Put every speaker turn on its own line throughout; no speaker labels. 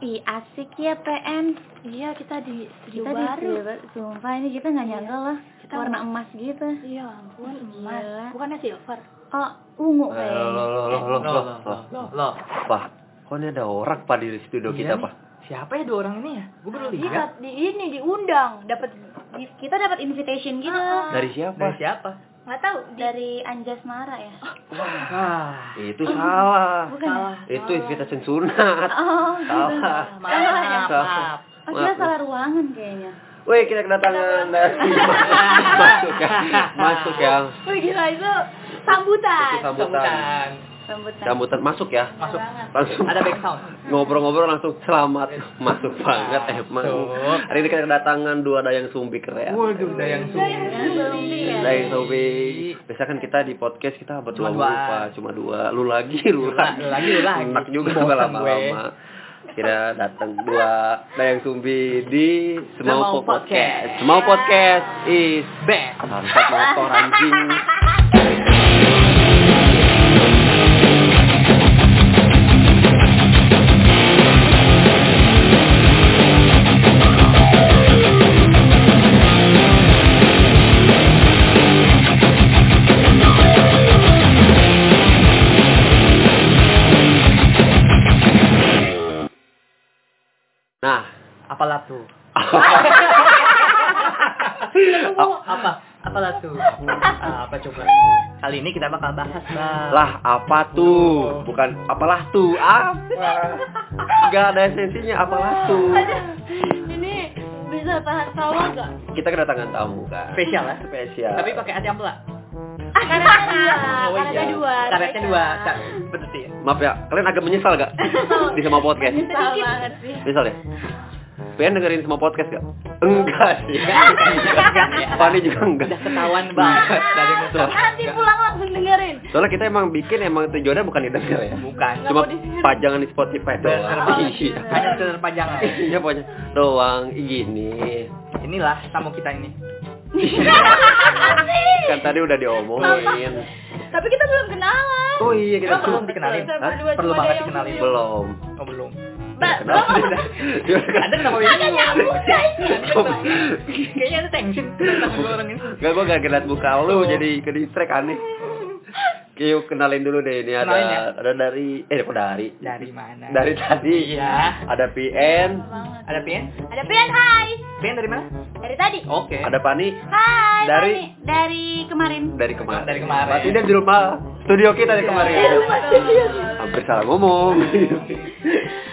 Ih asik ya PN. Iya kita di studio
kita
baru. Iya.
di silver sumpah ini kita nggak nyangka lah
Kita
warna
mau-
emas gitu
Iya ampun
Gila.
emas. Bukannya silver.
oh ungu
Eh, Loh,
kayaknya
loh, loh, loh, loh,
Loh,
loh,
loh,
loh.
loh, loh.
Pak, kok ini ada orang Pak di studio
Iya
kita,
nih.
Pak?
Siapa ya dua orang ini ya? Gue baru
Iya
lihat.
di ini diundang dapat
Di- kita dapat invitation gitu
Ah,
Dari siapa?
Dari siapa?
nggak tahu di
dari Anjasmara ya
Ah,
Itu
Oh,
salah.
bukan ya?
Itu invitasi sunat.
oh
Salah.
maaf,
Salah.
maaf.
oh kita salah ruangan kayaknya
Woi, kita kedatangan dari masuk ya, masuk ya,
Wih gila itu sambutan.
itu sambutan,
Sambutan.
sambutan Iya,
sambutan masuk ya,
Masuk.
langsung
Ada back sound.
ngobrol-ngobrol langsung selamat, masuk banget emang.
Masuk.
Hari ini kita kedatangan dua dayang sumbi keren.
Waduh, Dayang Sumi.
Yang belum ya
Dayang sumbi, biasa kan kita di podcast kita berdua
Iya.
mulu
Cuma dua.
pak, cuma dua, lu lagi, lu
Lu
lagi,
la- lu lagi, lu lagi.
Enak juga
Bosan
gua
gue.
lama-lama. Kira datang dua dayang sumbi di Semau
Semau Podcast.
Podcast. Semau Podcast is
Back.
Bangsat motor anjing. Nah,
Apalah tuh? Apa? Apalah tuh? Ah, Apa coba? Kali ini kita bakal bahas, Bang.
lah apa tuh? Bukan apalah tuh? Apa? Gak ada esensinya apalah tuh.
Ini bisa tahan tawa gak?
Kita kedatangan tamu kan.
Spesial ya?
Spesial.
Tapi pakai hati ampela.
Karetnya dua,
Oh,
karetnya Ah,
iya.
kan dua.
Karetnya dua. Kak, Betul sih.
Maaf ya, kalian agak menyesal gak? Di semua podcast. ya?
Sedikit banget sih.
Menyesal ya? Pengen dengerin semua podcast gak? Enggak sih.
Enggak ya.
Fani juga enggak.
Udah ketahuan banget dari musuh.
Nanti pulang langsung dengerin.
Soalnya kita emang bikin emang tujuannya bukan didengar ya.
Bukan.
Nggak
Cuma
mau didengar.
pajangan di Spotify doang.
Bener.
Iya.
Hanya terpanjang.
Iya pokoknya doang gini.
Inilah tamu kita ini.
Kan tadi udah diomongin.
Tapi kita belum kenalan.
Oh iya, kita
Emang
belum
belum
dikenalin.
kita
Hah?
berdua
Perlu
cuma ada
banget
yang
dikenalin.
video.
Belum.
Oh belum.
Ba-
Kenapa?
belum.
Anda kenapa bingung?
nyambung,
Kayaknya ada tension sama dua orang ini.
Enggak, gua gak ngeliat muka lu
Oh.
jadi ke distrek aneh. Yuk kenalin dulu deh ini ada
Kenalin ya?
ada dari eh kok dari
Dari mana?
dari tadi
Iya.
ada PN,
Banget.
Ada Pian?
Ada Pian, hai.
Pian dari mana?
Dari tadi.
Oke.
ada Pani
Hai,
Dari-
Fani. dari kemarin.
dari kemarin.
Dari kemarin. Iya.
Berarti dia di rumah studio kita dari kemarin.
Di rumah
Iya,
studio.
Hampir salah ngomong.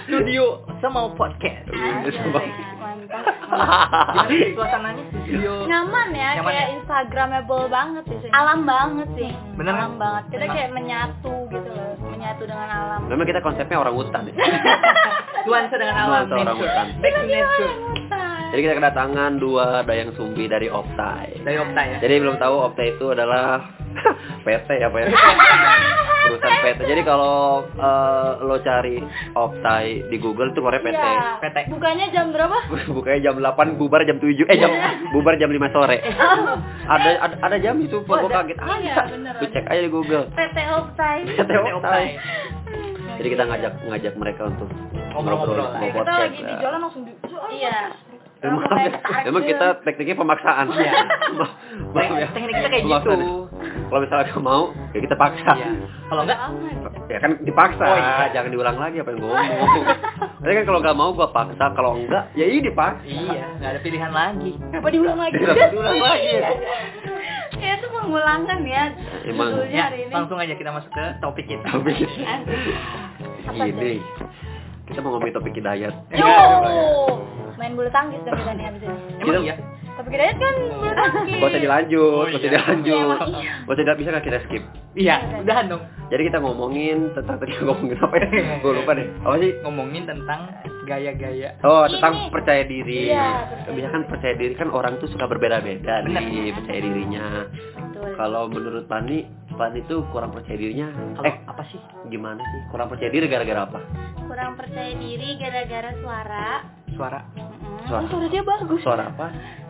studio semau podcast.
Sama.
Mantap.
Gimana sih suasananya studio?
Nyaman ya,
Nyaman
kayak
ya?
instagramable banget sih. Alam banget sih.
Bener
Alam
kan?
banget. Kita
Emang.
kayak menyatu gitu loh, menyatu dengan alam.
Memang kita konsepnya orang hutan ya.
Nuansa dengan alam
Nuansa orang
nature.
hutan.
Back to nature.
Jadi kita kedatangan dua dayang sumbi dari Optai.
Dari Opta ya.
Jadi belum tahu Opta itu adalah PT apa ya? Perusahaan PT. Jadi kalau eh, lo cari Optai di Google itu keluarnya PT.
Iya.
PT.
Bukannya jam berapa?
Bukanya jam 8, bubar jam 7. Eh jam
Iya.
bubar jam 5 sore. Ada ada, ada jam itu, gua gua
ada-
kaget.
iya,
Ah,
beneran.
lu cek aja di Google.
PT Optai.
PT
Dari Opta. ya?
Optai. Jadi kita ngajak ngajak mereka untuk
Ngobrol-ngobrol.
ngobrol,
Kayak kita
mau podcast
lagi di
lah.
jalan langsung di Iya.
Emang, emang kita tekniknya pemaksaan.
gitu. Iya.
Ma- maaf ya.
Teknik kita kayak
Pemaksaan
gitu.
ya. Kalau misalnya kamu mau, ya kita paksa.
Iya. Kalau enggak,
Ya kan dipaksa,
Oh, iya.
jangan diulang lagi apa yang gua ngomong. Tapi kan kalau nggak mau gua paksa, kalau enggak ya ini dipaksa.
iya, nggak ada pilihan lagi.
Kenapa diulang lagi?
Kenapa diulang lagi?
Ya itu mengulangkan ya.
Emang.
judulnya
Ya,
hari ini.
langsung aja kita masuk ke topik kita.
Tapi
Apa tuh?
gini, kita mau ngomongin topik hidayat. Iya,
Yo, main bulu tangkis dong kita nih abis ini.
Emang
Kita-
iya?
Tapi kita kan bulu tangkis.
Gak usah dilanjut,
Oh,
gak usah
iya.
dilanjut.
Emang iya.
Gak usah dilanjut, bisa nggak kita skip?
Iya, udahan dong.
Jadi kita ngomongin tentang tadi ngomongin apa ya? Gue lupa deh. Apa sih?
Ngomongin tentang gaya-gaya.
Oh,
Ini-
tentang percaya diri.
Iya, percaya
Biasanya kan percaya diri kan orang tuh suka berbeda-beda
Bener.
nih percaya dirinya.
Betul.
Kalau menurut Pani, Pani tuh kurang percaya dirinya.
Kalau
Eh,
apa sih?
gimana sih? Kurang percaya diri gara-gara apa?
Kurang percaya diri gara-gara suara.
Suara.
Mm-mm.
Suara.
Suara dia bagus.
Suara apa?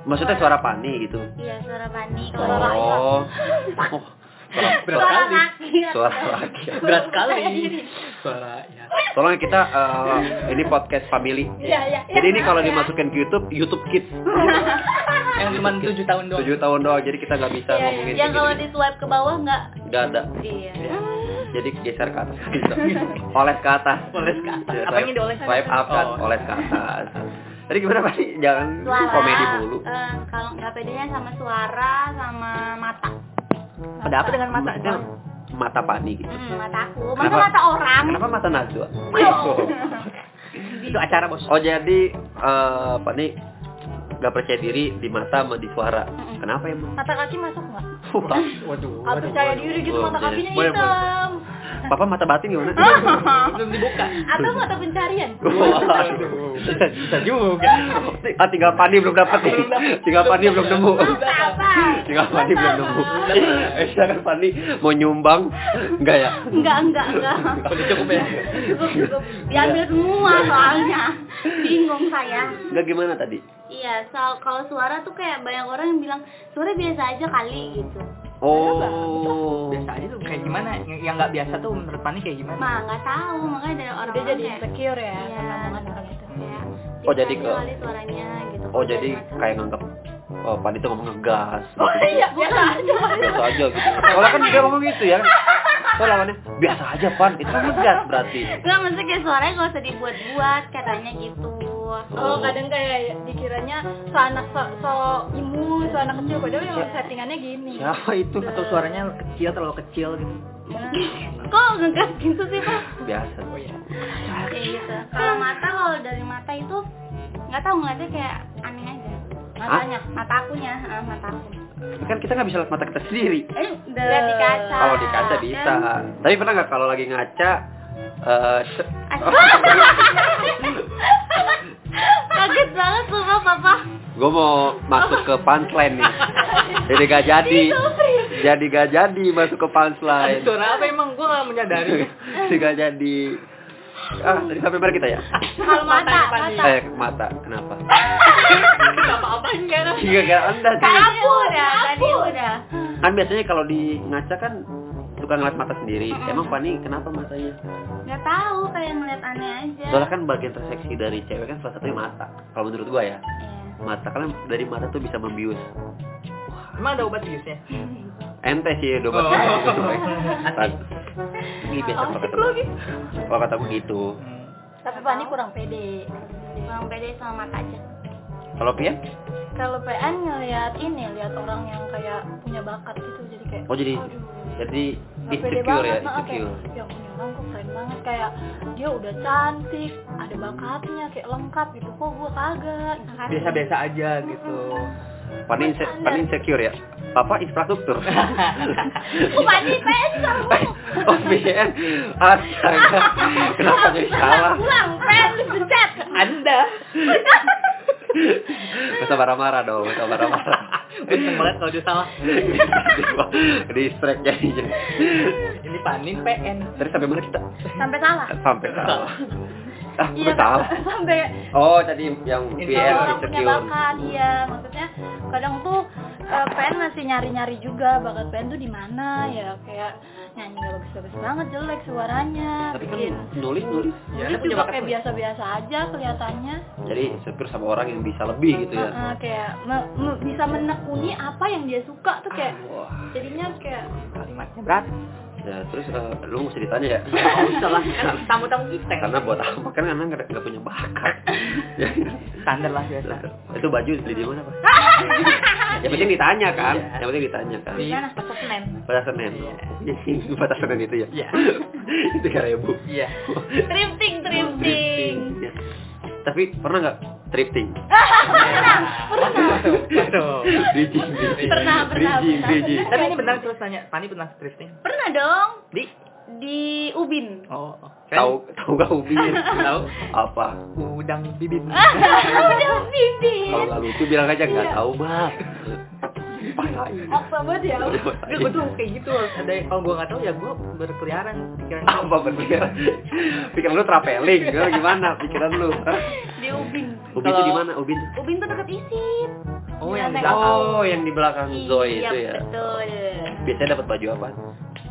Maksudnya suara Pani gitu.
Iya, suara Bani. Suara rakyat.
Oh. Oh. Suara
Berat
Suara Iya.
sekali.
rakyat.
suara laki.
Iya, Berat sekali. Suara ya.
Tolong ya kita eh, ini podcast family.
Iya, iya.
Jadi ini kalau dimasukin ke YouTube, YouTube Kids.
Yang cuma 7 Eh, tahun doang.
7 tahun doang, jadi kita nggak bisa
Iya, iya.
ngomongin
Yang kalau di
gini-gini.
swipe ke bawah nggak?
Nggak ada.
Iya.
Jadi geser ke atas gitu. Oles ke atas.
Oles ke atas.
Ya,
Apanya
swipe-
dioles?
Swipe up kan,
Oh.
oles ke atas. Jadi gimana Pak? Jangan
Suara.
komedi mulu.
eh, kalau nggak pedenya sama suara sama mata.
Ada apa dengan mata? Dia mata pani gitu.
Hmm, mata aku. Masa
Kenapa?
mata orang?
Kenapa mata Najwa?
Itu acara bos.
Oh jadi eh Pak nih nggak percaya diri di mata sama di suara. Kenapa emang?
Mata kaki masuk nggak?
Wah,
Waduh.
Ah, percaya diri gitu mata
Boleh,
kakinya
boleh, boleh.
hitam.
Papa mata batin gimana?
Belum dibuka.
Atau mata pencarian.
Waduh.
Bisa juga.
ah tinggal Pani belum dapat nih. Tinggal Pani belum nemu.
Apa?
Tinggal Pani belum nemu. Eh silakan Pani mau nyumbang enggak ya?
Enggak, enggak, enggak.
Udah cukup ya.
Cukup, cukup. Diambil semua soalnya. Bingung saya.
Enggak gimana tadi?
Iya, soal kalau suara tuh kayak banyak orang yang bilang suara biasa aja kali gitu.
Oh.
Biasa aja tuh kayak gimana? Yang yang nggak biasa tuh menurut Pani kayak gimana?
Mah nggak tahu makanya dari orang
Dia jadi
kayak,
insecure ya,
Iya.
karena omongan orang itu.
kayak,
Oh, jadi
biasa
ke-
aja kali suaranya gitu.
Oh jadi kayak nganggap oh, Pani tuh ngomong ngegas.
Oh iya, biasa aja.
biasa aja gitu. Soalnya kan dia ngomong gitu ya. So lawannya biasa aja pan, itu kan ngegas berarti.
Enggak, maksudnya kayak suaranya gak usah dibuat-buat, katanya gitu.
Oh, kadang kayak dikiranya seanak so, so imu, so anak kecil padahal yang settingannya gini.
Siapa itu?
Atau suaranya kecil terlalu kecil gitu.
Iya,
Kok ngegas gitu sih, Pak?
Biasa.
Oh iya.
Kayak gitu. Kalau mata, kalau dari mata itu nggak tahu ngeliatnya kayak aneh aja. Matanya, mata akunya, ah, mata aku.
Kan kita nggak bisa lihat mata kita sendiri.
Eh, lihat di kaca.
Kalau Oh, di kaca bisa.
Kan?
Tapi pernah nggak kalau lagi ngaca eh se-
Kaget banget sumpah, Papa.
gue mau masuk ke punchline nih. Jadi gak jadi. Jadi gak jadi masuk ke punchline.
Suara apa emang? Gue nggak menyadari.
Jadi gak jadi. Ah, tadi sampai mana kita ya?
Kalau mata,
Matanya,
mata.
Eh, mata. Kenapa?
Apa-apa enggak?
Iya, kira Anda sih.
Aku
Iya,
udah, ya, tadi udah.
Kan biasanya kalau di ngaca kan suka ngeliat mata sendiri. Emang Fani kenapa matanya?
Nggak tahu, kayak ngeliat aneh aja.
Soalnya kan bagian terseksi dari cewek kan salah satunya mata. Kalau menurut gua
Iya.
ya, mata kan dari mata tuh bisa membius.
Emang ada obat biusnya?
Iya.
Ente sih dompet.
Oh.
Ini biasa kalau gitu. kata gua. Kalau kata gua gitu.
Tapi Fani kurang pede.
Kurang pede sama mata aja.
Kalau ya? Pia?
Kalau PN ngelihat ini, lihat orang yang kayak punya bakat gitu, jadi kayak
Oh jadi
aduh.
jadi
Nggak pede
insecure ya,
banget, nah,
insecure.
kayak, ya punya orang kok keren banget kayak dia udah cantik, ada bakatnya, kayak lengkap gitu kok gue kagak.
Biasa-biasa aja gitu.
Fani inse- Fani insecure ya. Apa infrastruktur?
Bukan di PS, kamu.
oh, BN. Astaga. Kenapa jadi salah?
Pulang, PS, pencet.
Anda.
Gak usah marah-marah dong, gak usah marah-marah.
Gue seneng banget kalau dia salah.
Distract jadinya.
Ini panin PN.
Tadi sampai mana kita?
Sampai salah.
Sampai salah. Ah,
Iya,
udah salah.
sampai
Oh, tadi yang
Insecure.
BN
orang punya
insecure.
bakat iya maksudnya kadang tuh eh, PN masih nyari-nyari juga bakat PN tuh di mana ya kayak nyanyi gak bagus-bagus banget jelek suaranya
Tapi kan
bikin
nulis nulis.
Ya,
nulis
dia punya
juga
bakat
kayak
tuh.
biasa-biasa aja kelihatannya
Jadi insecure sama orang yang bisa lebih
Iya.
gitu ya.
Heeh, kayak me- me- bisa menekuni apa yang dia suka tuh kayak
Ah, Wah.
jadinya kayak
Kalimatnya berat.
Ya, terus eh, lu mesti ditanya ya.
Salah kan tamu-tamu kita. yang-
Karena buat apa? Kan anak nggak nggak punya bakat. Ya.
standar lah biasa.
Itu baju beli di mana, Pak? Yang penting ditanya kan.
Iya.
Yang penting ditanya kan.
Iya.
Di-
Gimana? Pasar Senen.
Pada Senin.
Iya.
Pada Senin itu ya.
Iya.
itu karya ibu.
Iya.
Tripting, tripting.
Iya. Tapi pernah nggak tripting?
Waduh.
Bridging, bridging.
Pernah, pernah,
Bridging,
pernah.
bridging.
Tapi ini benar terus tanya, Pani pernah drifting?
Pernah dong
Di?
di Ubin.
Oh.
Tahu tahu gak ubi?
Tahu.
Apa?
Udang bibit.
Udah bibir.
Kalau nggak lucu bilang aja nggak tahu, Bang.
apa banget ya
Gue gue tuh kayak gitu harus ada kalau gue nggak tahu ya gue berkeliaran pikiran gua.
apa berpikir pikiran lu traveling gitu, gimana pikiran lu Hah?
Di Ubin.
ubin itu
Kalau-
di mana ubin
Ubin tuh deket isip.
Oh
Yang
yang di belakang.
oh yang di belakang Zoe
Iya,
itu ya
Betul.
biasanya dapat baju apa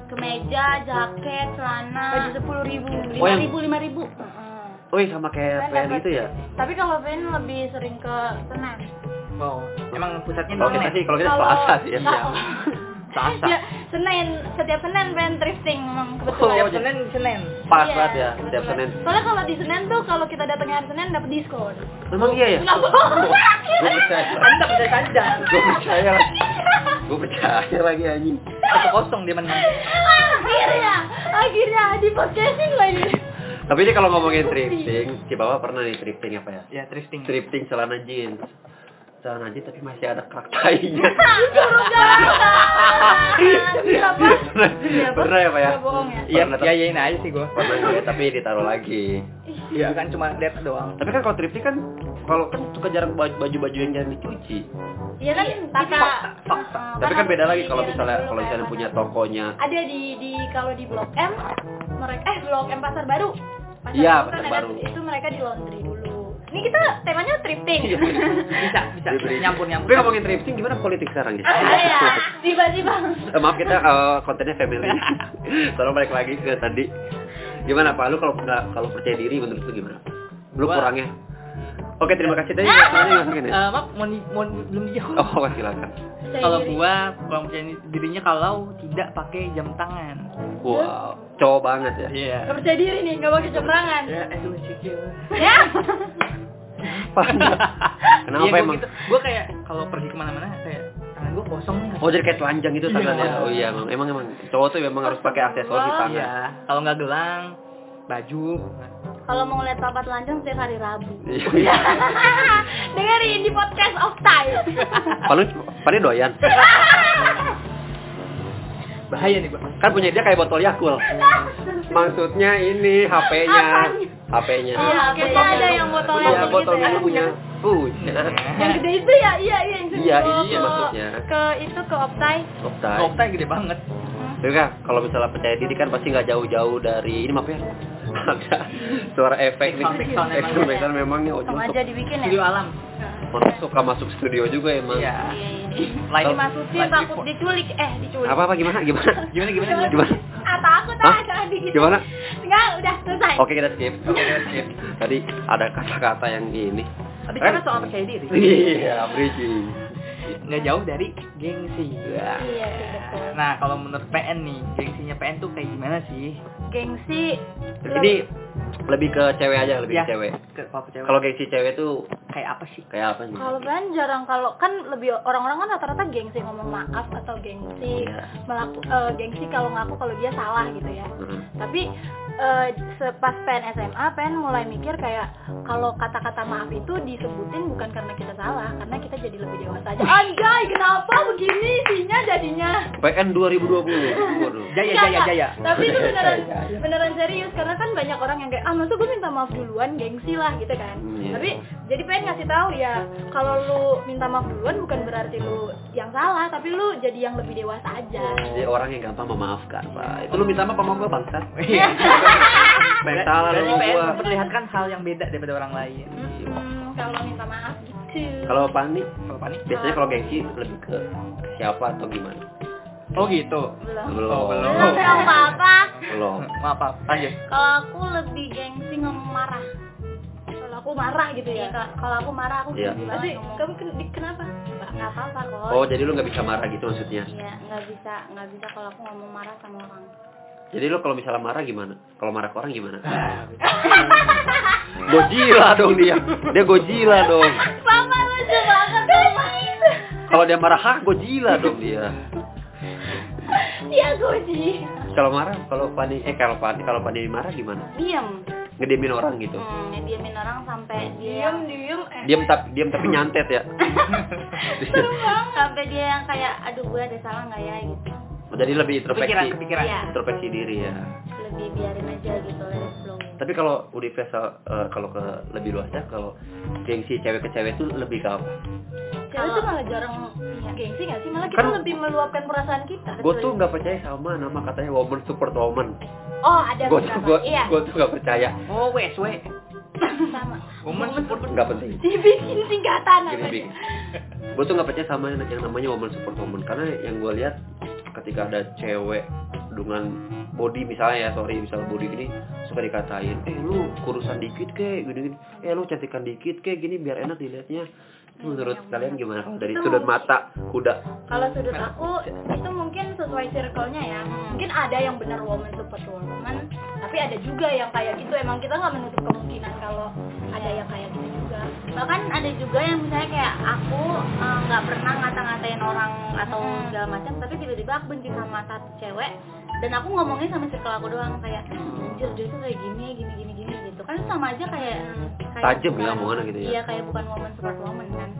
kemeja, jaket, celana.
baju sepuluh ribu
Oh,
Lima
yang-
ribu, lima ribu.
Wih sama
Kan
kayak PR
dapat-
gitu ya?
Tapi kalau Fen lebih sering ke Senen.
Wow. Oh, Emang pusatnya di
Kalau kita
mana?
sih, kalau kita
Kalau-
Plaza sih ya.
Kalau-
Plaza.
Ya, Senin, setiap Senin Fen thrifting memang
Oh,
kebetulan.
Tiap ya, Senin di Senin.
Pas
Iya,
banget ya,
kebetulan.
setiap Senin.
Soalnya kalau di Senin tuh kalau kita datangnya hari Senin dapat diskon.
Emang iya ya?
Kenapa?
Gue percaya.
Anda bisa saja.
Gue percaya lagi. Gue percaya lagi anjing.
Satu kosong dia menang.
akhirnya, akhirnya di podcasting lagi.
Tapi ini kalau ngomongin thrifting, si Bapak pernah nih thrifting apa ya?
Ya thrifting.
Thrifting celana jeans. Celana jeans tapi masih ada kerak tainya.
Suruh jalan. Berapa?
Iya, Pernah- Pernah ya Pak ya?
Nggak bohong Iya, ya?
Iya,
Pernah,
ya yain aja sih gua.
Pernah ya, tapi ditaruh lagi.
Iya kan cuma lihat doang.
Tapi kan kalau thrifting kan kalau kan suka jarang baju- baju-baju yang jarang dicuci.
Iya kan kita
Tapi kan beda lagi kalau misalnya kalau misalnya punya tokonya.
ada di di kalau di Blok M mereka eh Blok M Pasar Baru.
Iya,
Baru
Pasar
kan ada-
Baru.
Itu mereka di laundry dulu. Ini kita temanya thrifting.
Iya.
Bisa, bisa.
Diberi-
Nyampur-nyampur.
Tapi ngomongin thrifting gimana politik sekarang ya?
Ah, iya. Tiba-tiba.
Eh, maaf kita eh, kontennya family. Tolong balik lagi ke tadi. Gimana Pak? Lu kalau nggak kalau percaya diri menurut lu gimana? Lu
Gua-
kurangnya? Oke terima kasih tadi masalahnya masukin
Eh,
ya.
maaf, mau, di- mau di- belum dijawab.
Oh silakan.
Percaya
Kalau
diri.
gua kurang percaya dirinya kalau tidak pakai jam tangan.
Wow, cowok banget ya.
Iya.
Nggak percaya diri nih, nggak pakai jam tangan.
Iya.
Ya, aduh, cicil.
Ya.
Kenapa
Iya, gua
emang?
Gitu. Gua kayak kalau pergi kemana-mana kayak tangan gua kosong nih.
Oh jadi kayak telanjang gitu tangannya.
Iya.
Oh iya emang emang emang cowok tuh memang harus pakai aksesoris
Iya.
tangan.
Kalau nggak gelang, baju.
Kalau mau lihat papat lancang setiap hari Rabu.
Iya.
Dengerin di podcast of time.
Palu, paling doyan.
Bahaya nih gua.
Kan punya dia kayak botol Yakult. Maksudnya ini HP-nya.
Apanya?
HP-nya.
Iya, kayaknya ada yang botol
Punya
yang
Iya, botol
gitu ya.
minumnya. Punya.
Yang gede itu ya, iya iya yang
Iya,
dibawa
iya
ke-
maksudnya.
Ke itu ke Optai.
Optai.
Koptai gede banget.
Tapi kan kalau misalnya percaya diri kan pasti nggak jauh-jauh dari ini maaf ya. Ada suara efek nih.
Background, background emang.
Background memangnya oh,
Sama
masuk-
aja di weekend
Studio
ya.
alam.
masuk suka masuk studio juga emang.
Iya.
Iya, iya.
Live-
Dimasukin
live
takut
report.
diculik eh diculik.
Apa apa gimana gimana?
Gimana gimana?
Jangan-
gimana?
Gimana?
Ah, takut
Hah?
ah, jangan digituin.
Gimana?
Enggak, udah selesai.
Oke kita skip. Oke kita skip. Tadi ada kata-kata yang ini.
Tadi karena soal percaya diri.
Iya, bridging.
Nggak jauh dari gengsi.
Iya, sih, betul.
Nah, kalau menurut PN nih, gengsinya PN tuh kayak gimana sih?
Gengsi.
Ini lebih ke cewek aja, lebih
Ya.
ke cewek.
Ke- Kalau cewek.
Kalau gengsi cewek tuh
kayak apa sih?
kayak apa sih?
Kalau kan jarang kalau kan lebih orang-orang kan rata-rata gengsi ngomong maaf atau gengsi
Iya.
melaku, eh, gengsi kalau ngaku kalau dia salah gitu ya.
Hmm.
Tapi eh, sepas PN SMA, PN mulai mikir kayak kalau kata-kata maaf itu disebutin bukan karena kita salah, karena kita jadi lebih dewasa aja. Anjay, kenapa begini isinya jadinya?
PN 2020. Waduh.
Enggak,
Jaya
ya,
jaya
enggak.
jaya.
Tapi itu beneran
Jaya, jaya.
beneran serius karena kan banyak orang yang kayak ah masa gue minta maaf duluan gengsi lah gitu kan.
Iya.
Tapi jadi pengen ngasih tahu ya kalau lu minta maaf duluan bukan berarti lu yang salah, tapi lu jadi yang lebih dewasa aja.
Jadi orang yang gampang memaafkan, Pak. Itu lu minta maaf sama gua, bangsat. Pengen salah
Berarti
lu sama
PN
gua.
memperlihatkan hal yang beda daripada orang lain.
Mm-mm, kalau minta maaf gitu.
Iya. Kalau panik,
Kalau panik.
biasanya kalau gengsi lebih ke siapa atau gimana?
Oh gitu.
belum.
Belum.
Oh, belum.
Belum tahu apa-apa.
Belum.
Maaf, maaf. Lanjut.
Kalau aku lebih gengsi ngomong marah. Kalau aku marah gitu
Iya,
ya. Kalau aku marah aku
Iya.
gengsi
Pasti,
banget.
kamu ken- di- kenapa?
Enggak apa-apa kok.
Oh, jadi lu nggak bisa marah gitu maksudnya.
Iya, nggak bisa, nggak bisa kalau aku ngomong marah sama orang.
Jadi lu kalau misalnya marah gimana? Kalau marah ke orang gimana? Gojila dong dia. Dia Gojila dong.
Papa lucu banget sama
Kalau dia marah, hah Gojila dong dia.
Dia goji.
Kalau marah, kalau panik, eh kalau panik, kalau panik marah gimana?
Diem.
Ngedemin orang gitu.
Hmm, diemin orang sampai dia
Diem, diem, eh.
Diam tapi diam tapi nyantet ya.
sampai dia yang kayak aduh gue ada salah nggak ya gitu.
Jadi lebih
Kepikiran,
introspeksi,
kepikiran.
Iya.
introspeksi diri ya.
Lebih biarin aja gitu let it flow.
Tapi kalau universal eh, kalau ke lebih luasnya kalau gengsi cewek ke cewek itu lebih ke apa?
Cewek tuh
Kalau- iya,
malah jarang gengsi gak sih? Malah kita
Kan-
lebih meluapkan perasaan kita.
Gue tuh nggak percaya sama nama katanya woman support woman.
Oh ada
Gue tuh gue
beberapa. Iya.
gue tuh nggak percaya.
Oh, wes, wes.
Sama.
Woman support.
Nggak penting.
Dibikin singkatan
Gini,
apa
Bi. Gue tuh nggak percaya sama yang, yang namanya woman support woman karena yang gue lihat ketika ada cewek dengan body misalnya ya sorry misal body gini suka dikatain eh lu kurusan dikit kek gini gini eh lu cantikan dikit kek gini biar enak dilihatnya Itu menurut kalian gimana kalau dari
Itu
sudut
mungkin-
mata kuda
kalau sudut aku itu mungkin sesuai circle-nya ya
Hmm.
mungkin ada yang benar woman support woman tapi ada juga yang kayak gitu emang kita nggak menutup kemungkinan kalau ada yang kayak gitu juga
bahkan ada juga yang misalnya kayak aku eh, nggak pernah ngata-ngatain orang atau
Hmm.
segala macam tapi tiba-tiba aku benci sama satu cewek dan aku ngomongnya sama circle aku doang kayak "Eh, anjir dia tuh kayak gini gini gini gini gitu kan sama aja kayak kayak
Tajam
bukan-
ya omongannya gitu ya.
iya kayak bukan woman support woman kan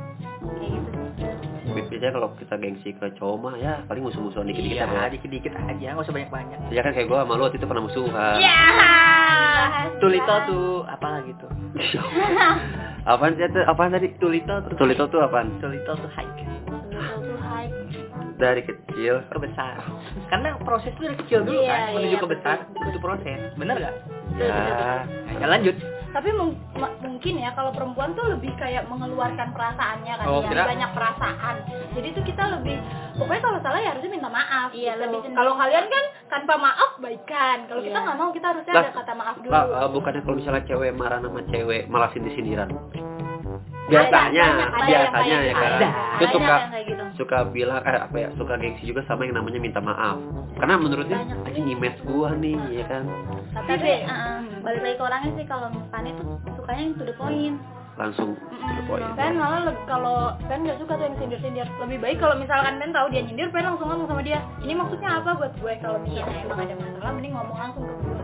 kayak gitu sih
biasanya kalau kita gengsi ke cowok mah ya paling musuh-musuhan dikit-dikit
Iya,
aja
dikit-dikit aja, nggak usah banyak-banyak.
ya kan kayak gua sama lu waktu itu pernah musuhan
Iya. Ya!
Tulito tuh apa gitu.
apaan sih itu? apaan tadi
Tulito tuh.
tulito tuh apaan
Tulito tuh hike
dari kecil
ke besar. Karena proses tuh dari kecil dulu
Iya,
kan menuju
iya,
ke besar butuh proses. Bener nggak?
Iya,
ya
Ya lanjut.
tapi mung- ma- mungkin ya kalau perempuan tuh lebih kayak mengeluarkan perasaannya kan
Oh,
ya,
kira-
banyak perasaan jadi tuh kita lebih pokoknya kalau salah ya harusnya minta maaf
Iya,
gitu.
lebih cenderung-
kalau kalian kan tanpa maaf baikan kalau kita
Iya.
nggak mau kita harusnya
Lah,
ada kata maaf dulu
Pak, eh, bukannya kalau misalnya cewek marah sama cewek malah sindir-sindiran.
Ada,
Biasanya,
banyak, banyak
biasanya
yang
ya kan.
ada.
Itu
Banyak
suka
yang kayak gitu.
suka bilang eh, apa ya, suka gengsi juga sama yang namanya minta maaf. Karena menurutnya anjing image gua nih ya kan.
tapi
Tapi, ah,
eh, balik lagi ke orangnya sih kalau misalnya tuh sukanya yang to the point
Langsung ke poin.
Pen malah le- kalau Pen gak suka tuh yang sindir-sindir Lebih baik kalau misalkan Pen tahu dia nyindir Pen langsung ngomong sama dia Ini maksudnya apa buat gue Kalau
Iya,
misalnya emang ada masalah mending ngomong langsung ke gue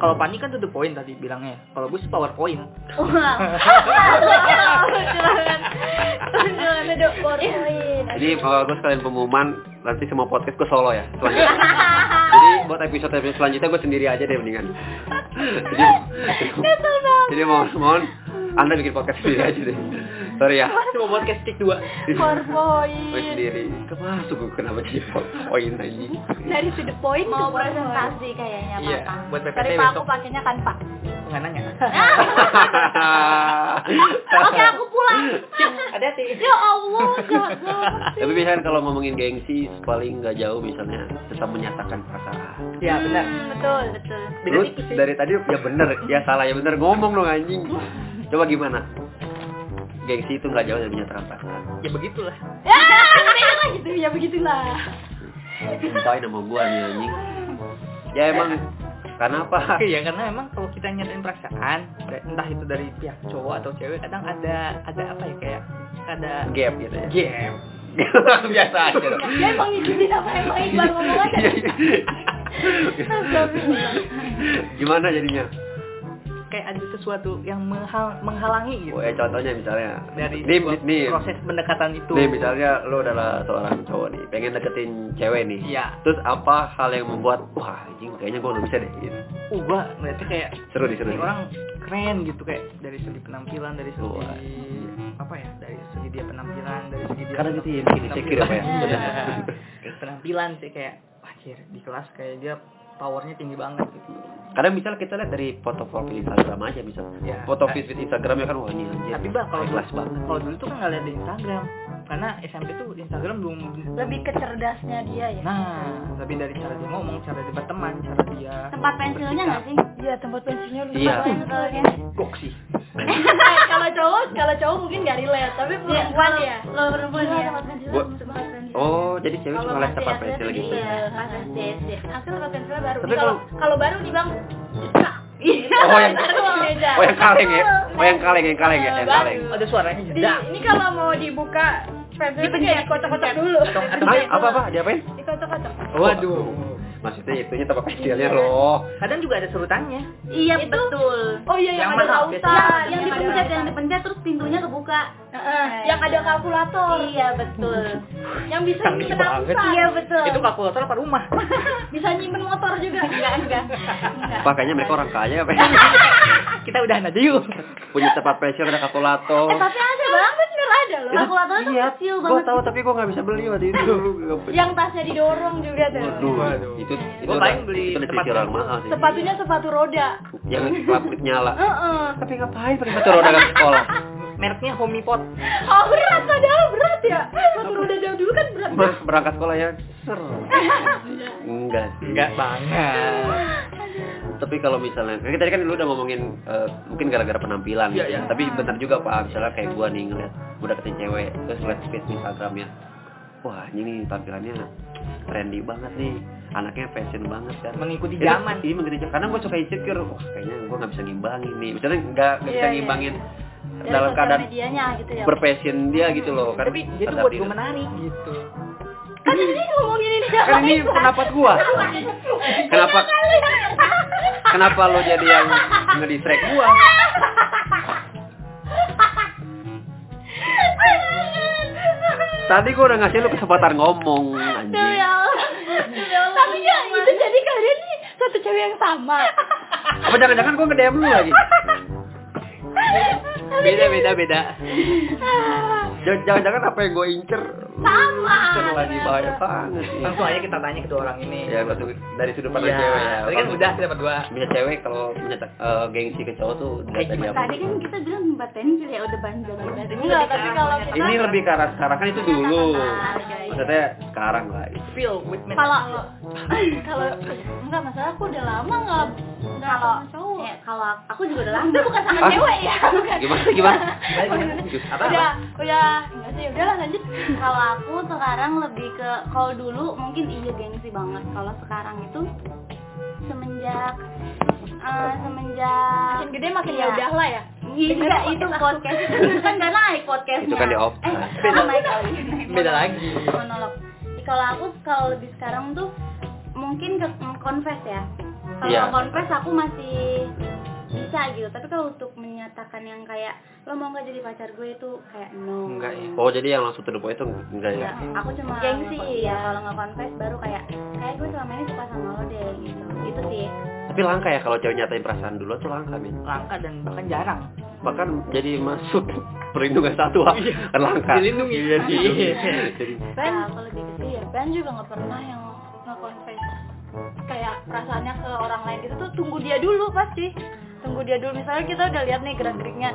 Kalau panik kan tuh the point tadi bilangnya. Kalau gue sih powerpoint.
Wah.
Jangan ada poin
Jadi kalau gue sekalian pengumuman nanti semua podcast gue solo ya. selanjutnya. Jadi buat episode episode selanjutnya gue sendiri aja deh mendingan. Jadi, jadi mohon mohon anda bikin podcast sendiri aja deh. Sorry ya.
Cuma buat casting dua.
Gue sendiri. Kenapa gue kenapa jadi poin aja?
Dari to the point
mau
to the point.
presentasi kayaknya
Iya,
Papa.
buat PPT
Tapi Pak,
besok.
aku pakainya kan Pak.
Nggak nanya.
Oke, aku pulang.
Ada sih.
Ya Allah, jahat banget.
Tapi misalnya kalau ngomongin gengsi paling nggak jauh misalnya tetap menyatakan perasaan.
Ya benar.
Hmm, betul, betul.
Beda
Lu
tipis sih.
dari tadi ya bener, ya salah ya bener ngomong dong anjing. Coba gimana? Gengsi itu nggak jauh dari menyatakan perasaan.
Ya begitulah.
Ya, ya gitu ya begitulah
Cintain sama gua nih anjing. Ya emang karena apa?
Iya karena emang kalau kita nyatain perasaan, entah itu dari pihak cowok atau cewek, kadang ada ada apa ya kayak ada
Gap gitu ya.
game.
Biasa aja dong.
Nah,
Ya,
Dia emang ngikutin apa emang Iqbal ngomong aja
Gimana jadinya?
Kayak ada sesuatu yang menghal- menghalangi gitu.
Oh, ya contohnya misalnya
Dari
nih,
sebuah
nih,
proses pendekatan itu.
Nih misalnya lo adalah seorang cowok nih, pengen deketin cewek nih.
Iya.
Terus apa hal yang membuat wah anjing kayaknya gue nggak bisa deh. Gitu.
Uh, gua ngeliatnya kayak
Seru nih seru
ini
nih.
orang keren gitu kayak dari segi penampilan, dari segi
Wah.
apa ya? Dari segi dia penampilan, dari segi dia
Karena gitu ya,
penampilan.
insecure apa ya?
Iya.
Bener.
penampilan sih kayak wajir di kelas kayak dia powernya tinggi banget gitu.
Kadang misalnya kita lihat dari foto profil Instagram aja misal.
Ya.
Foto feed Instagram ya kan wah ini anjir.
Tapi bah kalau
kelas banget.
kalau dulu tuh kan nggak lihat di Instagram karena SMP tuh Instagram belum
Lebih ke cerdasnya dia ya
nah lebih dari cara dia ngomong cara dia berteman cara dia
Tempat pensilnya nggak sih?
Iya tempat pensilnya lu
Iya.
Pensilnya.
gok sih
Eh, kalau cowok kalau cowok mungkin gak relate tapi perempuan ya
Iya, Kalau perempuan
Iya,
ya.
tempat pensilnya
Gua-
masuk banget kan.
Oh jadi cewek
Kalau
cuma les
masih
tempat
SD
pensil
sih,
gitu.
iya.
Iya, pas SD SD.
aku tempat pensilnya baru
Tapi
Ini kalau kalau baru nih bang
Oh yang
Beda.
oh yang kaleng ya, oh yang kaleng yang kaleng ya, yang
Baru.
kaleng.
Nah, ada suaranya
Di-
jeda
ini kalau mau dibuka pensilnya kayak kocok-kocok dulu
Hah, apa apa diapain? Oh,
dikocok-kocok
waduh
Maksudnya itunya tempat pensilnya loh.
kadang juga ada surutannya
Iya,
Itu-
betul.
oh iya yang, ada
Yang mahal,
lautan
yang
ada
dipencet, yang
lautan.
dipencet terus pintunya kebuka.
Heeh, yang ada kalkulator
Iya, betul.
yang bisa
Canggih
nyimpen
banget.
angsa
Iya, betul.
itu kalkulator apa rumah
bisa nyimpen motor juga
Enggak, enggak. Enggak.
Pakainya mereka orang kaya apa ya?
kita udahan aja yuk
Punya tempat pensil ada kalkulator.
Eh, tapi ada banget
bener ada loh
Kalkulatornya tuh
Iya,
kecil
Gua
banget.
tahu tapi gua nggak bisa beli waktu itu. Dulu nggak beli.
yang tasnya didorong juga tuh
Waduh,
Waduh.
itu itu
Gua paling
udah-
beli
itu udah
tempat
sisi orang
pensil.
mahal sih.
sepatunya sepatu roda
yang klakbit nyala.
Heeh.
Tapi ngapain pakai sepatu roda ke sekolah?
mereknya Homipot
Oh berat padahal berat ya. Motor udah jauh dulu kan berat.
Mah berangkat sekolah ya. Ser. Enggak.
enggak banget
Tapi kalau misalnya, kayak tadi kan lu udah ngomongin eh, mungkin gara-gara penampilan.
Iya,
gitu.
iya.
Tapi benar juga Pak, misalnya kayak gua nih ngeliat gua deketin cewek, terus ngeliat space Instagramnya. ya. Wah, ini nih tampilannya trendy banget nih. Anaknya fashion banget kan.
mengikuti
Itu-
zaman
Iya mengikuti zaman. Karena gue suka insecure. Wah kayaknya gue nggak bisa ngimbangin nih. Misalnya nggak nggak bisa
Iya, iya.
ngimbangin
Dari
dalam
sosial
keadaan
medianya gitu ya.
berpassion dia gitu loh. Kan
tapi dia tuh
terhadap
buat
diri.
gue menarik gitu
Kan ini ngomongin ini.
Kan ini pendapat gua. Kenapa
Iya.
kenapa lo jadi yang ngedistract gua? Tadi gua udah ngasih lu kesempatan ngomong
Demi
Ya
anjing.
Ya Allah. Tapi ya itu jadi kalian nih satu cewek yang sama.
Apa jangan-jangan gua nge-DM lu lagi?
beda beda beda
Jangan- Jangan-jangan apa yang gua incer
Sama.
incer lagi bahaya banget nih.
langsung aja kita tanya ke dua orang ini
Ya langsung dari sudut pandang
Iya,
cewek ya.
tadi kan udah kita berdua
Bisa cewek kalau punya eh, gengsi ke cowok tuh
Kayak
dilihat dari
gimana?
apa?
Tadi kan kita bilang ngebatin ya udah banjir banget.
Enggak, tapi kalau kita
Ini lebih ke arah sekarang kan itu dulu.
Iya, iya.
Maksudnya sekarang lah.
feel with men
Kalau
kalau enggak masalah aku udah lama nggak nggak
kalau
sama cowok.
eh, kalau aku juga udah
Itu
lama.
bukan sama
Ah.
cewek ya, bukan.
Gimana gimana?
apa
udah udah
Enggak sih, udahlah lanjut.
kalau aku sekarang lebih ke kalau dulu mungkin iya gengsi banget kalau sekarang itu semenjak eh, semenjak
Makin gede makin
Iya.
ya udahlah ya.
Iya, itu podcast kan karena naik podcastnya
Itu kan di off.
eh
Beda.
sama naik kali naik
beda lagi
monolog kalau aku kalau lebih sekarang tuh mungkin ke confess ya kalau
Iya.
confess aku masih bisa gitu tapi kalau untuk menyatakan yang kayak lo mau nggak jadi pacar gue itu kayak no
enggak ya
Oh jadi yang langsung terdepo itu enggak ya?
Iya, aku cuma
Gengsi,
ya kalau nggak confess baru kayak kayak gue selama ini suka sama lo deh gitu gitu sih
Tapi langka ya kalau cewek nyatain perasaan dulu tuh langka min.
langka dan bahkan jarang
Bahkan jadi masuk perlindungan satu hak kan langka.
dilindungi iya
Jadi
Ben,
Ya, aku lebih ke situ.
iya, Ben juga nggak pernah yang nge-confess kayak perasaannya ke orang lain gitu tuh tunggu dia dulu pasti. Tunggu dia dulu misalnya kita udah lihat nih gerak-geriknya.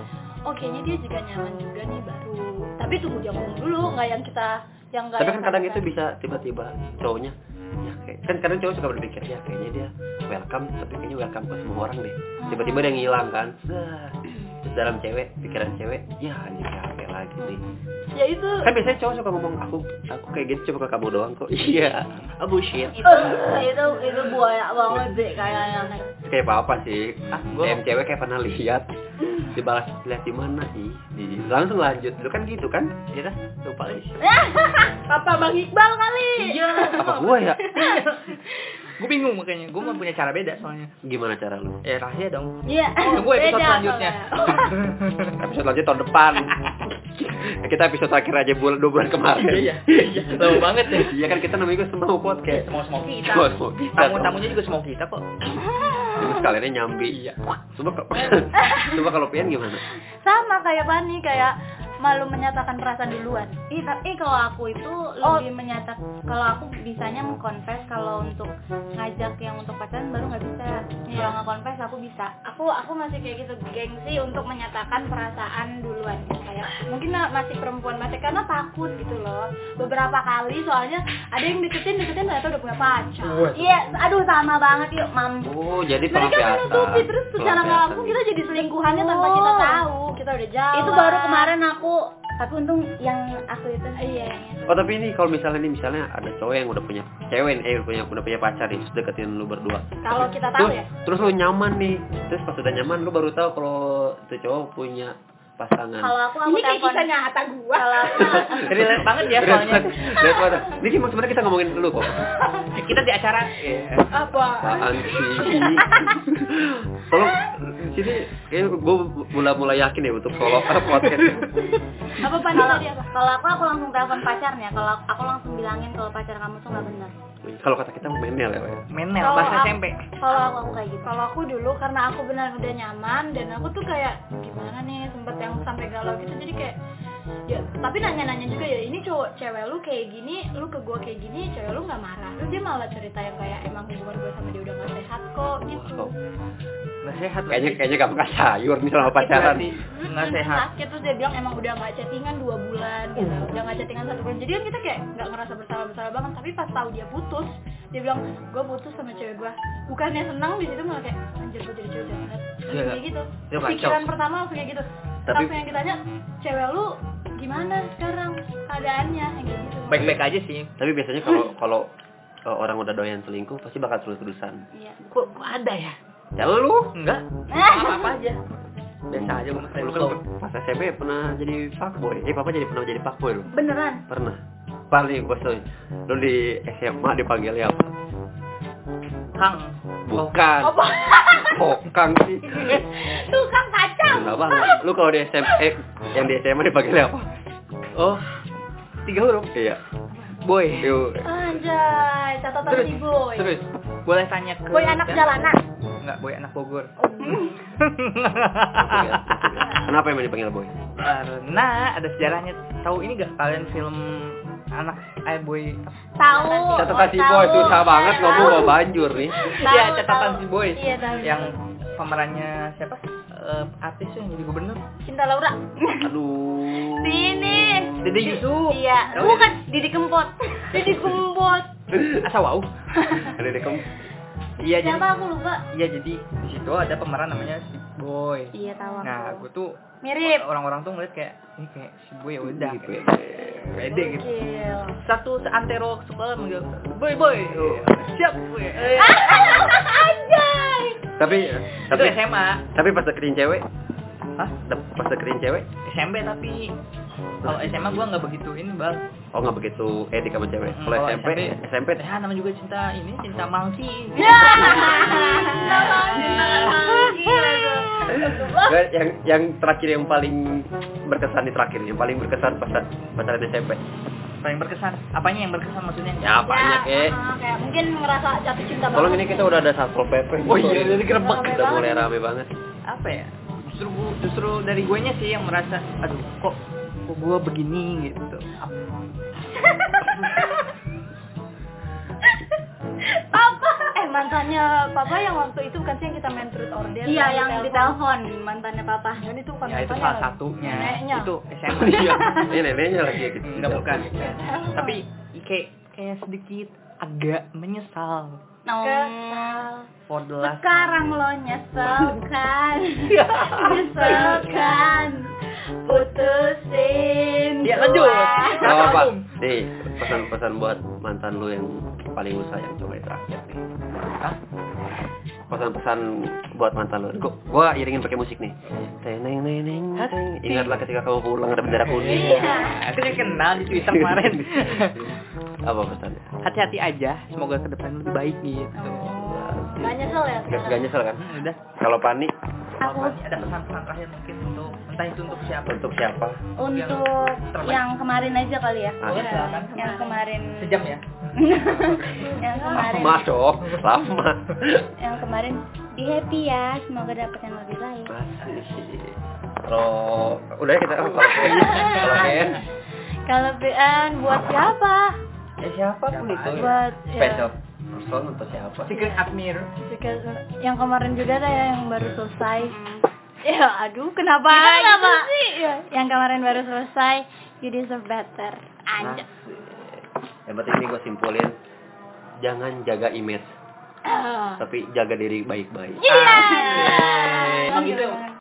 Oh, kayaknya dia juga nyaman juga nih baru. Tapi tunggu dia ngomong dulu, nggak yang kita yang nggak
Tapi
yang
kan kadang
kita-
itu bisa tiba-tiba cowoknya ya kayak- kan kadang cowok suka berpikir ya kayaknya dia welcome tapi kayaknya welcome ke semua orang deh tiba-tiba dia ngilang kan Zah. terus dalam cewek pikiran cewek ya anjing capek lagi nih
ya itu
kan biasanya cowok suka ngomong aku aku kayak gitu cuma ke kamu doang kok iya ah bullshit
itu itu itu buaya banget deh kayaknya
Terus kayak apa apa sih ah
Gua-
DM cewek kayak pernah lihat dibalas lihat di mana sih Di- langsung lanjut lu kan gitu kan
iya dah lupa lagi
papa bang iqbal kali
iya
apa gua ya
gue bingung makanya gue mau punya cara beda soalnya
gimana cara lu
ya rahasia dong
iya
tunggu episode
Beda
selanjutnya
episode lanjut tahun depan kita episode terakhir aja bulan dua bulan kemarin
iya iya lama banget ya
iya kan kita namanya juga semau podcast
semua semua kita
Semua- semua kita.
tamu-tamunya juga semua kita kok
terus kaliannya nyambi
iya
coba kalau coba kalau pian gimana
sama kayak Bani kayak malu menyatakan perasaan duluan. Oh.
Ih, tapi kalau aku itu lebih menyatak kalau aku bisanya mengkonfes kalau untuk ngajak yang untuk pacaran baru nggak bisa
Iya.
kalau nggak konfes aku bisa
aku aku masih kayak gitu gengsi untuk menyatakan perasaan duluan kayak mungkin na- masih perempuan masih karena takut gitu loh beberapa kali soalnya ada yang deketin deketin ternyata udah punya pacar
Wah.
iya aduh sama banget yuk mam
oh jadi
mereka
pelampiasan
kan
menutupi Iya, terus
Nah,
secara nggak langsung
Pelampiasan.
kita jadi selingkuhannya tanpa
Oh.
kita tahu kita udah jalan
itu baru kemarin aku tapi untung yang aku itu
iya
Oh tapi ini kalau misalnya nih misalnya ada cowok yang udah punya cewek nih, eh udah punya udah punya pacar nih terus deketin lu berdua.
Kalau kita tahu
terus,
ya?
Terus lu nyaman nih. Terus pas udah nyaman lu baru tahu kalau itu cowok punya pasangan.
kalau aku aku
ini kayak
telepon
kisah nyata gua
kalau aku
relate banget ya soalnya
Lihat mata. Ini emang sebenarnya kita ngomongin lu kok.
kita di acara iya.
apa
Apaan sih? Tolong sini kayaknya gue mulai mulai yakin ya untuk solo podcast.
apa pan
kalau
tadi apa
kalau aku aku langsung telepon pacarnya kalau aku- aku langsung bilangin kalau pacar kamu tuh nggak benar
Kalau kata kita menel ya. Pak.
menel
Kalau
bahasa
aku-
SMP
kalau aku, aku kayak gitu
kalau aku dulu karena aku benar udah nyaman dan aku tuh kayak gimana nih sempet yang sampai galau gitu jadi kayak ya tapi nanya-nanya juga ya ini cowok cewek lu kayak gini lu ke gua kayak gini cewek lu nggak marah lu dia malah cerita yang kayak emang hubungan gue sama dia udah gak sehat kok gitu
Wow.
nggak sehat lah
Oh, Kayaknya
sih.
kayaknya gak makan sayur nih selama pacaran.
Berarti
Mm-mm,
nggak sehat
Hmm, sakit terus dia bilang emang udah nggak chattingan dua bulan gitu
Iya.
udah nggak chattingan satu bulan jadi kan kita kayak nggak ngerasa bersalah bersalah banget tapi pas tahu dia putus dia bilang gue putus sama cewek gue bukannya senang di situ malah kayak anjir gue jadi cewek jahat
Iya,
kayak gitu
iya, kacau.
pikiran pertama langsung kayak gitu
Tapi-
tapi yang ditanya cewek lu gimana sekarang keadaannya yang kayak gitu
baik-baik aja sih
Tapi biasanya kalau kalau kalau orang udah doyan selingkuh pasti bakal terus-terusan.
iya Eh.
kok, kok ada ya
Ya lu,
enggak apa-apa aja biasa aja gue
lu kan pas SMP pernah jadi fuckboy. Eh papa jadi pernah jadi fuckboy lu.
beneran
Pernah. Paling bos lu. Lu di SMA dipanggilnya apa?
hang Oh.
Bukan.
apa
Kokang sih.
tukang kacang
Enggak banget. Lu kalau di SMA eh, yang di SMA dipanggilnya apa?
oh tiga huruf
Iya.
boy
Yuk.
anjay catatan
terus
si boy
terus boleh tanya ke
boy anak jalanan
enggak boy anak Bogor
Hmm.
Kenapa emang dipanggil boy?
karena ada sejarahnya tahu ini gak kalian film anak eh boy
tahu
Catatan
Oh,
si boy susah banget
Iya,
ngomong bawa banjur nih.
Tahu,
Iya, catatan
tahu.
si boy
Iya, tahu.
yang pemerannya siapa Eh, artis tuh yang jadi gubernur
Cinta Laura
Aduh.
sini
Dede Yusuf.
iya
Tahu
bukan Didi Kempot Didi Kempot
asal wow
Ada deh kamu.
iya jadi
siapa aku lupa
iya jadi di situ ada pemeran namanya si boy
iya tahu aku.
nah Oh, gue tuh
mirip
orang-orang tuh ngeliat kayak ini kayak si boy ya udah
Ih,
kayak
pede.
pede gitu
Gokil.
satu seantero sekolah manggil boy boy siap boy Eh,
Ah. anjay
Tapi
itu
tapi
SMA
tapi pas deketin cewek,
Hah?
dap- pas deketin cewek,
SMP tapi kalau SMA gue nggak begitu ini bang
oh nggak begitu etik sama cewek. Kalau
Hmm. Kalau
SMP, SMP
SMP ya namanya juga cinta ini cinta
Oh.
mangki
ya Wah,
Nggak, yang yang terakhir yang paling berkesan di terakhir, yang paling berkesan pas pacaran SMP.
paling berkesan apanya yang berkesan maksudnya
Ya banyak
ya,
ya.
eh?
ah, kayak mungkin ngerasa jatuh cinta
Tolong
banget.
ini kita udah ada satpol pp.
Oh iya, jadi gerebek.
Udah mulai rame banget.
apa ya justru gua- justru dari gue nya sih yang merasa aduh kok kok gue begini gitu Ap-
apa
eh mantannya papa yang waktu itu bukan sih yang kita main truth or dare
iya
kan,
yang
ditelepon.
ditelepon mantannya papa
Kan itu bukan
ya itu
mantannya,
salah
lagi.
satunya
Neneknya.
itu SMA
Iya, ini neneknya lagi gitu.
enggak bukan tapi kayak kayak sedikit agak menyesal
no
for the last Iya.
sekarang lo nyesel kan nyesel kan putusin
Ya, lanjut.
gua.
Gak apa-apa.
Om.
Nih, pesan-pesan buat mantan lu yang paling lu sayang coba di terakhir nih.
Hah?
Pesan-pesan buat mantan lu. Gua, gua iringin pakai musik nih. Teneng neneng teng. Ingatlah ketika kamu pulang ada bendera kuning.
Iya.
aku juga kenal di Twitter kemarin
Apa pesannya?
hati-hati aja semoga ke depan lebih baik gitu
Gak nyesel ya
Gak,
sekarang?
gak nyesel kan?
Hmm, udah
Kalau panik
Aku
Apa nih, ada pesan-pesan terakhir mungkin untuk entah itu untuk siapa
untuk siapa?
untuk
terbaik.
yang kemarin aja kali ya.
Ah,
Boleh,
Ya,
silakan.
yang kemarin.
sejam ya
yang kemarin.
Lama dong, lama.
Yang kemarin be happy ya, semoga dapet yang lebih baik.
Asik. Kalau udah ya, kita kalau kalau Ken,
Kalau BN buat siapa?
ya siapa pun itu ya.
Buat
besok person untuk siapa?
secret admirer
Jika- yang kemarin juga ada ya yang baru selesai. Ya, aduh kenapa?
Kita
Kenapa
kenapa?
sih? Ya, Yang kemarin baru selesai, you deserve better. Anjir.
Yang penting ini gue simpulin, jangan jaga image,
Ah.
tapi jaga diri baik-baik.
Iya.
Emang gitu.